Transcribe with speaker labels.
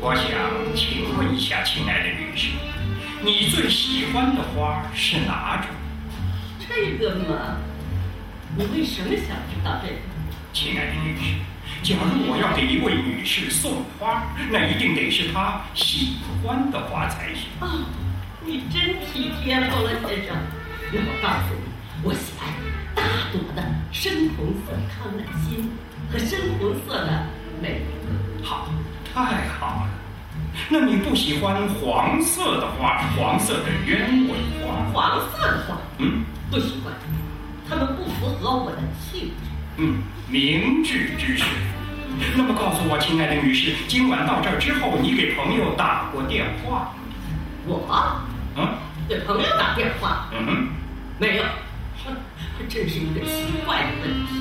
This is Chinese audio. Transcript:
Speaker 1: 我想请问一下，亲爱的女士，你最喜欢的花是哪种？
Speaker 2: 这个嘛，你为什么想知道这个？
Speaker 1: 亲爱的女士，假如我要给一位女士送花，那一定得是她喜欢的花才行。
Speaker 2: 哦，你真体贴透了，先生。那我告诉你，我喜欢大朵的深红色康乃馨和深红色的玫瑰。
Speaker 1: 好，太好了。那你不喜欢黄色的花，黄色的鸢尾花？
Speaker 2: 黄色的花
Speaker 1: 嗯
Speaker 2: 不喜欢，它们不符合我的气质。
Speaker 1: 嗯，明智之士。那么告诉我，亲爱的女士，今晚到这儿之后，你给朋友打过电话？
Speaker 2: 我
Speaker 1: 嗯
Speaker 2: 给朋友打电话
Speaker 1: 嗯哼。
Speaker 2: 没有，哼还真是一个奇怪的问题。